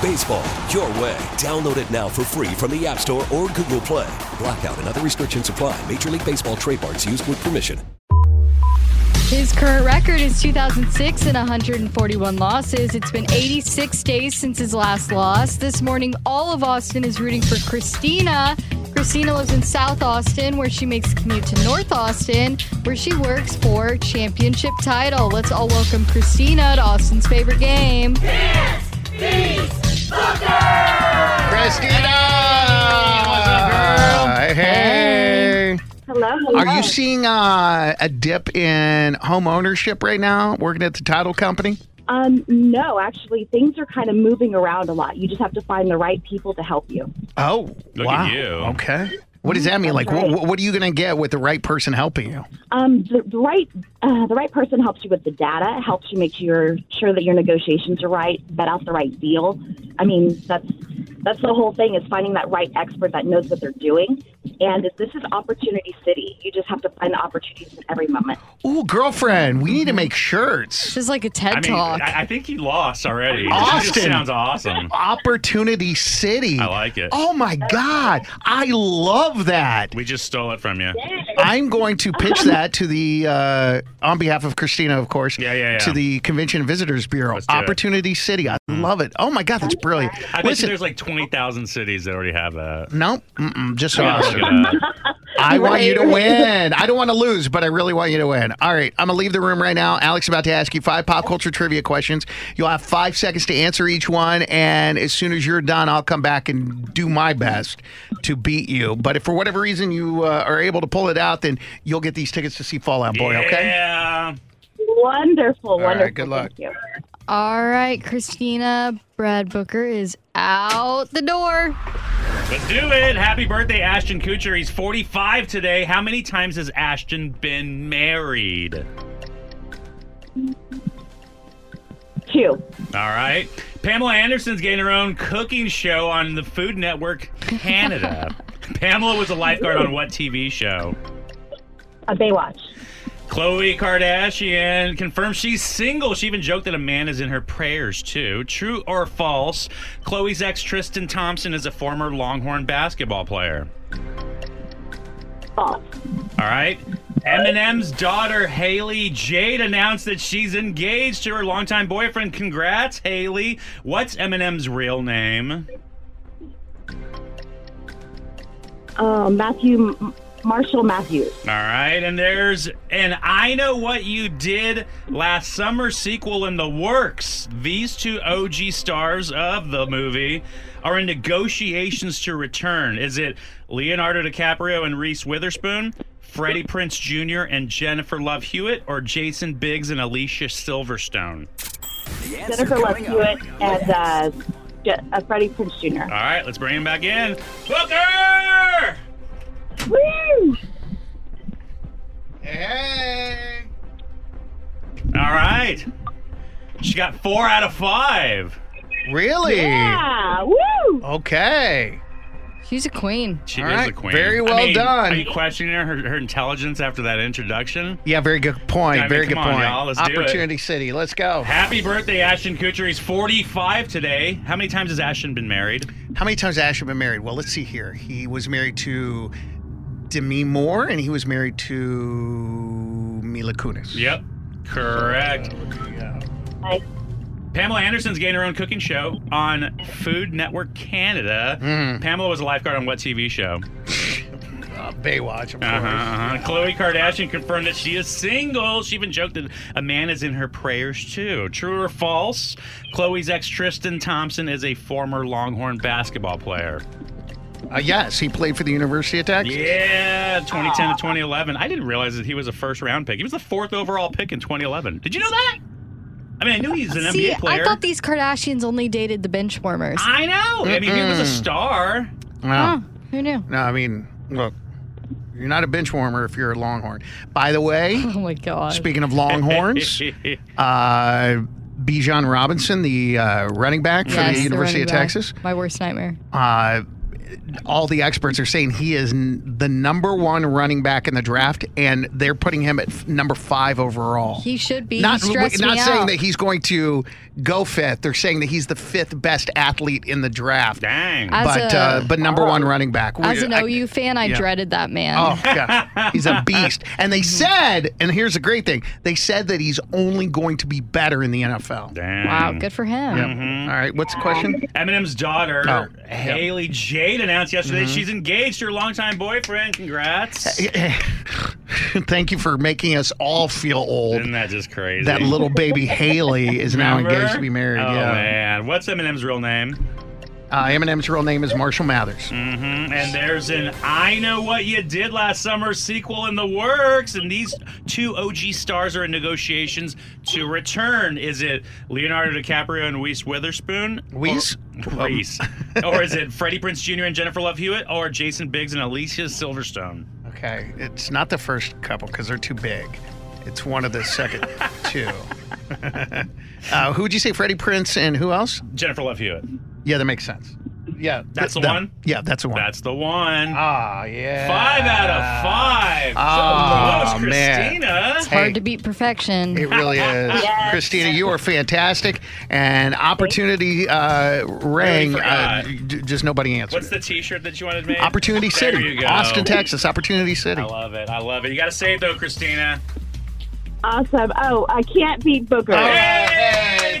Baseball, your way. Download it now for free from the App Store or Google Play. Blackout and other restrictions apply. Major League Baseball trademarks used with permission. His current record is 2006 and 141 losses. It's been 86 days since his last loss. This morning, all of Austin is rooting for Christina. Christina lives in South Austin, where she makes a commute to North Austin, where she works for championship title. Let's all welcome Christina to Austin's favorite game. Christina! What's up, girl? Hey. Hello. Are you seeing uh, a dip in home ownership right now, working at the title company? Um, no, actually, things are kind of moving around a lot. You just have to find the right people to help you. Oh, Look wow. at you. Okay. What does that mean? Like, That's right. what, what are you going to get with the right person helping you? Um, the, the right uh, the right person helps you with the data, helps you make sure sure that your negotiations are right, vet out the right deal. I mean, that's that's the whole thing is finding that right expert that knows what they're doing. And this is opportunity city. You just have to find the opportunities in every moment. Ooh, girlfriend, we need to make shirts. This is like a TED I mean, talk. I, I think he lost already. This Austin. just sounds awesome. Opportunity City. Mm. I like it. Oh my God. I love that. We just stole it from you. I'm going to pitch that to the, uh, on behalf of Christina, of course, Yeah, yeah, yeah. to the Convention and Visitors Bureau. Let's do it. Mm-hmm. Opportunity City. I love it. Oh my God, that's brilliant. I think Listen, there's like 20,000 cities that already have that. no, mm-mm, just so Yeah, awesome. look at that. I want you to win. I don't want to lose, but I really want you to win. All right, I'm gonna leave the room right now. Alex about to ask you five pop culture trivia questions. You'll have five seconds to answer each one, and as soon as you're done, I'll come back and do my best to beat you. But if for whatever reason you uh, are able to pull it out, then you'll get these tickets to see Fallout Boy. Okay. Yeah. Wonderful, right, wonderful. good luck. Thank you. all right, Christina, Brad Booker is out the door. Let's do it. Happy birthday, Ashton Kutcher. He's 45 today. How many times has Ashton been married? All Two. right. Pamela Anderson's getting her own cooking show on the Food Network Canada. Pamela was a lifeguard on what TV show? A Baywatch. Khloe Kardashian confirms she's single. She even joked that a man is in her prayers too. True or false? Khloe's ex Tristan Thompson is a former Longhorn basketball player. False. All right. Eminem's daughter Haley Jade announced that she's engaged to her longtime boyfriend. Congrats, Haley. What's Eminem's real name? Um, Matthew M- Marshall Matthews. All right, and there's an I Know What You Did Last Summer sequel in the works. These two OG stars of the movie are in negotiations to return. Is it Leonardo DiCaprio and Reese Witherspoon, Freddie Prince Jr. and Jennifer Love Hewitt, or Jason Biggs and Alicia Silverstone? Jennifer Love Hewitt and uh, Je- uh, Freddie Prince Jr. All right, let's bring him back in. Booker! Woo! Hey. All right. She got four out of five. Really? Yeah! Woo! Okay. She's a queen. She All is right, the queen. very well I mean, done. Are you questioning her, her intelligence after that introduction? Yeah, very good point. I mean, very come good on, point. y'all, let's do it. Opportunity City. Let's go. Happy birthday, Ashton Kutcher. He's 45 today. How many times has Ashton been married? How many times has Asher been married? Well, let's see here. He was married to Demi Moore, and he was married to Mila Kunis. Yep. Correct. Nice. Pamela Anderson's getting her own cooking show on Food Network Canada. Mm-hmm. Pamela was a lifeguard on what TV show? Uh, Baywatch, of Uh-huh, course. uh-huh. Khloe Kardashian confirmed that she is single. She even joked that a man is in her prayers too. True or false? Khloe's ex Tristan Thompson is a former Longhorn basketball player. Uh, yes, he played for the University of Texas. Yeah, 2010 to 2011. I didn't realize that he was a first round pick. He was the fourth overall pick in 2011. Did you know that? I mean, I knew he's an See, NBA player. I thought these Kardashians only dated the bench warmers. I know. I mean, he was a star. Wow. Oh, Who knew? No, I mean, look, You're not a bench warmer if you're a Longhorn. By the way, Oh my god. speaking of Longhorns, uh, Bijan Robinson, the uh, running back for Yes, the the University running of back. Texas, My worst nightmare. uh, all the experts are saying he is n- the number one running back in the draft, and they're putting him at f- number five overall. He should be. not he stressed not me saying out. that he's going to go fifth. They're saying that he's the fifth best athlete in the draft. Dang. As but a- uh, but number one running back. We- As an I- OU fan, I yeah. dreaded that man. Oh god, he's a beast. And they said, and here's the great thing: they said that he's only going to be better in the NFL. Dang. Wow, good for him. Yeah. All right, what's the question? Eminem's daughter, Oh, yeah. Mm-hmm. Haley Jade, announced yesterday she's engaged to her longtime boyfriend. Congrats. Thank you for making us all feel old. Isn't that just crazy? That little baby Haley is now Remember? engaged to be married. Oh, yeah, man. What's Eminem's real name? uh, Eminem's real name is Marshall Mathers. Mm. And there's an I Know What You Did Last Summer sequel in the works. And these two OG stars are in negotiations to return. Is it Leonardo DiCaprio and Reese Witherspoon? Weiss? Or, Reese. Um, or is it Freddie Prince Jr. and Jennifer Love Hewitt? Or Jason Biggs and Alicia Silverstone? Okay, it's not the first couple because they're too big. It's one of the second two. uh, who would you say, Freddie Prince, and who else? Jennifer Love Hewitt. Yeah, that makes sense. Yeah, That's th- the that- one? Yeah, that's the one. That's the one. ah, yeah. five out of five. Ah, so close, man. Christina. Hard Hey. to beat perfection. It really is, Yes. Christina. You are fantastic, and opportunity uh, rang. Uh, forgot. j- just nobody answered. What's the T-shirt that you wanted made? Opportunity There City, you go. Austin, Texas. Opportunity City. I love it. I love it. You got to say it though, Christina. Awesome. Oh, I can't beat Booker. Hey,